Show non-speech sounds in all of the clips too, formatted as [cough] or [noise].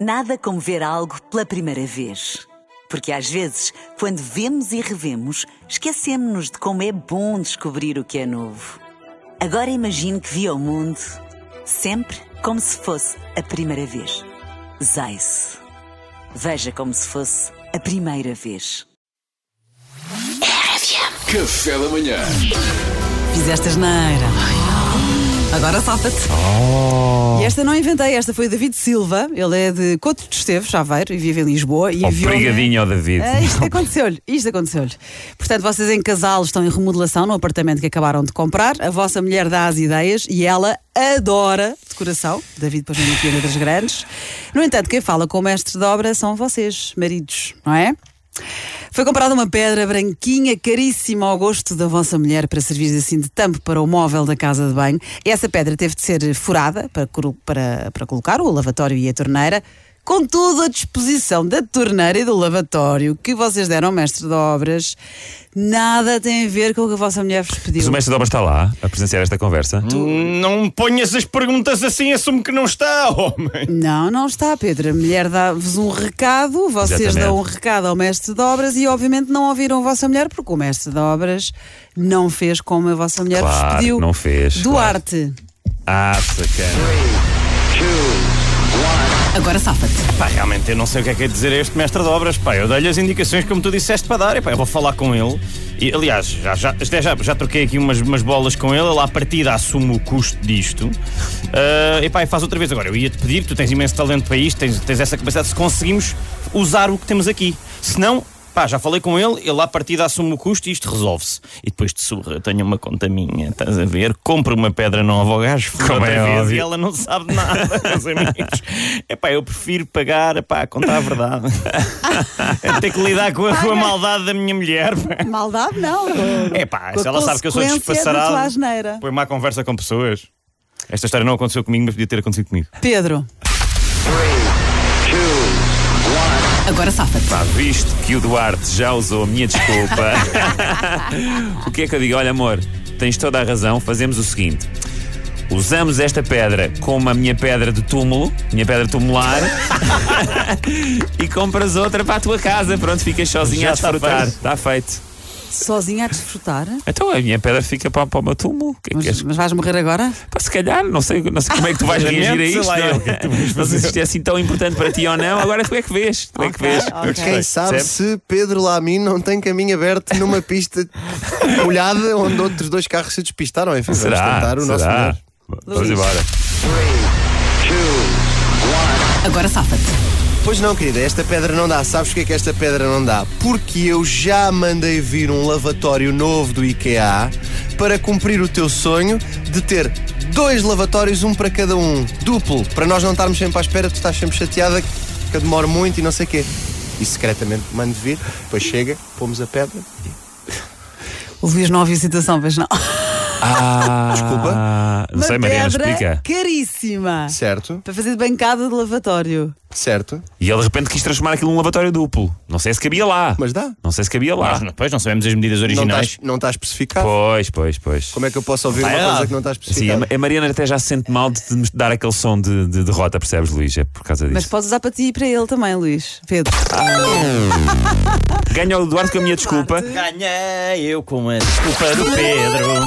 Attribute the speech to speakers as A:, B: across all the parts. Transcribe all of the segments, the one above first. A: Nada como ver algo pela primeira vez. Porque às vezes, quando vemos e revemos, esquecemos-nos de como é bom descobrir o que é novo. Agora imagine que viu o mundo sempre como se fosse a primeira vez. Zais. Veja como se fosse a primeira vez.
B: Café da manhã.
C: Fizeste asneira. Agora safa-te. E esta não inventei, esta foi o David Silva. Ele é de Couto de Esteves, Aveiro, e vive em Lisboa. E enviou-me-
D: Obrigadinho ao David.
C: Ah, isto aconteceu-lhe, isto aconteceu-lhe. Portanto, vocês em casal estão em remodelação no apartamento que acabaram de comprar. A vossa mulher dá as ideias e ela adora decoração. David depois vem aqui a letras grandes. No entanto, quem fala com o mestre de obra são vocês, maridos, não é? Foi comprada uma pedra branquinha, caríssima ao gosto da vossa mulher, para servir assim de tampo para o móvel da casa de banho. Essa pedra teve de ser furada para, colo- para, para colocar o lavatório e a torneira. Contudo, a disposição da torneira e do lavatório que vocês deram ao mestre de obras nada tem a ver com o que a vossa mulher vos pediu.
D: Mas o mestre de obra está lá a presenciar esta conversa.
E: Hum. Não ponhas as perguntas assim, assumo que não está, homem.
C: Não, não está, Pedro. A mulher dá-vos um recado, vocês
D: Exatamente.
C: dão um recado ao mestre de obras e, obviamente, não ouviram a vossa mulher, porque o mestre de obras não fez como a vossa mulher vos
D: Claro,
C: pediu.
D: não fez,
C: Duarte.
D: Ah, sacana.
C: Agora safa-te.
E: Pá, realmente eu não sei o que é que é dizer a este mestre de obras. Pá, eu dei-lhe as indicações como tu disseste para dar. E pá, eu vou falar com ele. E, aliás, já, já, até já, já troquei aqui umas, umas bolas com ele. Ele à partida assume o custo disto. Ah, e pá, e faz outra vez. Agora, eu ia-te pedir, tu tens imenso talento para isto, tens, tens essa capacidade, se conseguimos usar o que temos aqui. Se não, pá, já falei com ele, ele à partida assume o custo e isto resolve-se. E depois te surra, tenho uma conta minha, estás a ver? Compra uma pedra nova ao gajo, fura
D: Como
E: outra
D: é
E: vez e
D: óbvio.
E: ela não sabe de nada, [laughs] meus amigos. É pá, eu prefiro pagar, é pá, contar
C: [laughs]
E: a verdade. É ter que lidar com a, com a maldade da
C: [laughs]
E: minha mulher. pá.
C: Maldade, não.
E: É pá, se ela sabe que eu sou despassarado, põe má conversa com pessoas. Esta história não aconteceu comigo, mas podia ter acontecido comigo.
C: Pedro. Agora safa-te.
D: Pá, visto que o Duarte já usou a minha desculpa, [laughs] o que é que eu digo? Olha, amor, tens toda a razão, fazemos o seguinte. Usamos esta pedra como a minha pedra de túmulo, minha pedra tumular, [laughs] e compras outra para a tua casa. Pronto, ficas sozinha
E: Já
D: a
E: está
D: desfrutar.
E: feito.
D: Está feito.
C: Sozinha a desfrutar?
D: Então a minha pedra fica para, para o meu túmulo. O que é que
C: Mas,
D: és?
C: mas vais morrer agora?
D: Pá, se calhar, não sei, não sei como é que tu
E: [laughs]
D: vais
E: Realmente,
D: reagir a
E: sei
D: isto.
E: lá eu,
D: não,
E: o que é que tu vais
D: Não sei se isto é assim tão importante para ti ou não. Agora tu é que vês. Tu é que vês.
F: Quem sabe
D: Percebe?
F: se Pedro Lamy não tem caminho aberto
D: [laughs]
F: numa pista molhada onde outros dois carros se despistaram. Enfim, vamos
D: Será?
F: tentar o nosso
D: Será?
F: melhor.
D: Vamos embora.
C: Agora safa-te.
F: Pois não, querida, esta pedra não dá. Sabes o que é que esta pedra não dá? Porque eu já mandei vir um lavatório novo do IKEA para cumprir o teu sonho de ter dois lavatórios, um para cada um, duplo, para nós não estarmos sempre à espera, tu estás sempre chateada que eu demoro muito e não sei o quê. E secretamente mando vir, depois chega, pomos a pedra.
C: O Luís não ouviu a citação, pois não.
D: Ah, Não sei,
C: Uma
D: Mariana,
C: pedra
D: explica.
C: caríssima.
F: Certo,
C: Para fazer de bancada de lavatório.
F: certo,
D: E ele de repente quis transformar aquilo num lavatório duplo. Não sei se cabia lá.
F: mas dá.
D: Não sei se cabia lá.
E: Mas depois não sabemos as medidas
F: Não estás
E: originais.
F: não estás especificado.
D: Pois, pois, pois.
F: Como é que é eu posso ouvir
E: Tá
F: uma
E: errado. é-
F: coisa que não está
D: Sim,
F: especificada?
D: a, a Mariana até já se sente mal de te dar aquele som de, de derrota, percebes, Luís? É por causa
C: Mas
D: disso.
C: podes usar para ti e para ele também, Luís. Pedro.
D: Ganha o Eduardo com a minha desculpa.
E: Ganhei eu com a desculpa do Pedro.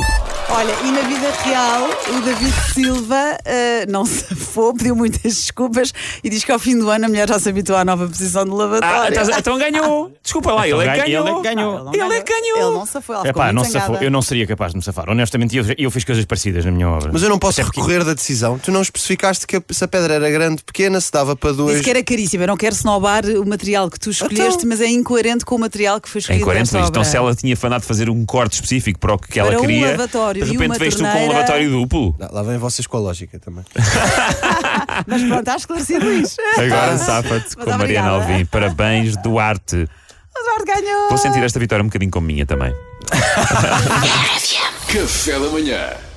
C: Olha, e na vida real, o David Silva ah, não safou, pediu muitas desculpas e diz que ao fim do ano a mulher já se habituou à nova posição de
D: Ah,
C: lavatório.
D: estás- então ganhou. Desculpa lá, ele é que
E: Ganhei,
D: ganhou.
E: Ele é que ganhou.
C: Não,
D: Ele é que ganhou.
C: Ele não safou, ela
E: É
C: ficou
E: pá,
C: muito
E: não
C: zangada.
E: safou, eu não seria capaz de me safar. Honestamente, eu, eu fiz coisas parecidas na minha obra.
F: Mas eu não posso recorrer da decisão. Tu não especificaste que a- se a pedra era grande, pequena, se dava para duas.
C: Disse que era caríssimo, eu não quero snobbar o material que tu
D: Então.
C: escolheste, mas é incoerente com o material que foi
D: Em
C: escolhido.
D: 40
C: para
D: Luís.
C: esta
D: Então,
C: obra.
D: se ela tinha fanado de fazer um corte específico para o que ela
C: Para um
D: queria,
C: lavatório
D: de
C: e uma
D: repente vês tu com um
C: torneira. [laughs]
D: lavatório duplo.
F: Lá- Lá vem vocês com a lógica também.
C: Mas pronto, está esclarecido, Luís.
D: Agora safa-te
C: Mas
D: com a Mariana
C: obrigada.
D: Alvim. Parabéns, Duarte.
C: [laughs] O Duarte ganhou.
D: Vou sentir esta vitória um bocadinho como minha também.
B: Café da manhã.